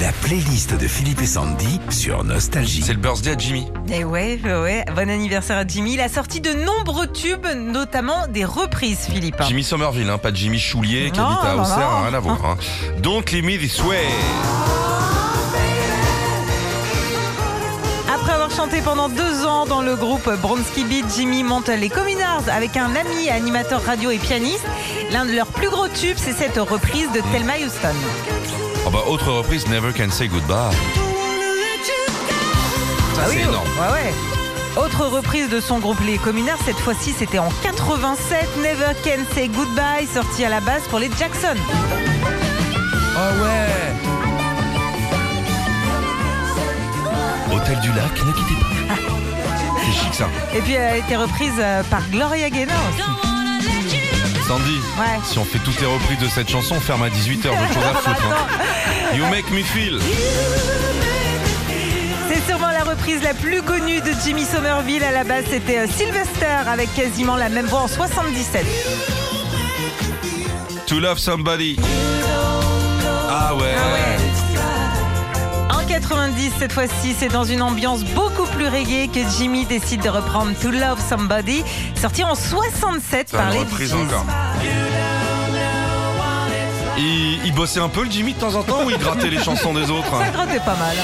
La playlist de Philippe et Sandy sur Nostalgie. C'est le birthday à Jimmy. Et Eh ouais, ouais, ouais. bon anniversaire à Jimmy. Il a sorti de nombreux tubes, notamment des reprises, Philippe. Jimmy Somerville, hein, pas Jimmy Choulier qui Non, habite à non, Auxerre, non. hein, rien à voir. hein. Don't leave me this way. Après avoir chanté pendant deux ans dans le groupe Bronski Beat, Jimmy monte les Communards avec un ami animateur radio et pianiste. L'un de leurs plus gros tubes, c'est cette reprise de Thelma Houston. Ah bah, autre reprise, Never Can Say Goodbye. Ah Ça, c'est énorme. Ouais, ouais. Autre reprise de son groupe Les Communards, cette fois-ci c'était en 87, Never Can Say Goodbye, sorti à la base pour les Jackson. Ah ouais Hôtel du Lac, ne quittez pas. C'est chic ça. Et puis elle a été reprise euh, par Gloria Gaynor aussi. Sandy, Ouais. si on fait toutes les reprises de cette chanson, on ferme à 18h, j'ai autre chose à foutre. hein. You make me feel. C'est sûrement la reprise la plus connue de Jimmy Somerville. À la base, c'était euh, Sylvester avec quasiment la même voix en 77. To love somebody. Ah ouais. En 90, cette fois-ci, c'est dans une ambiance beaucoup plus reggae que Jimmy décide de reprendre To Love Somebody, sorti en 67 Ça, par une les reprise Bee Gees. encore. Il, il bossait un peu le Jimmy de temps en temps ou il grattait les chansons des autres hein Ça grottait pas mal.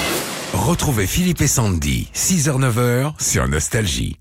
Retrouvez Philippe et Sandy, 6h-9h sur Nostalgie.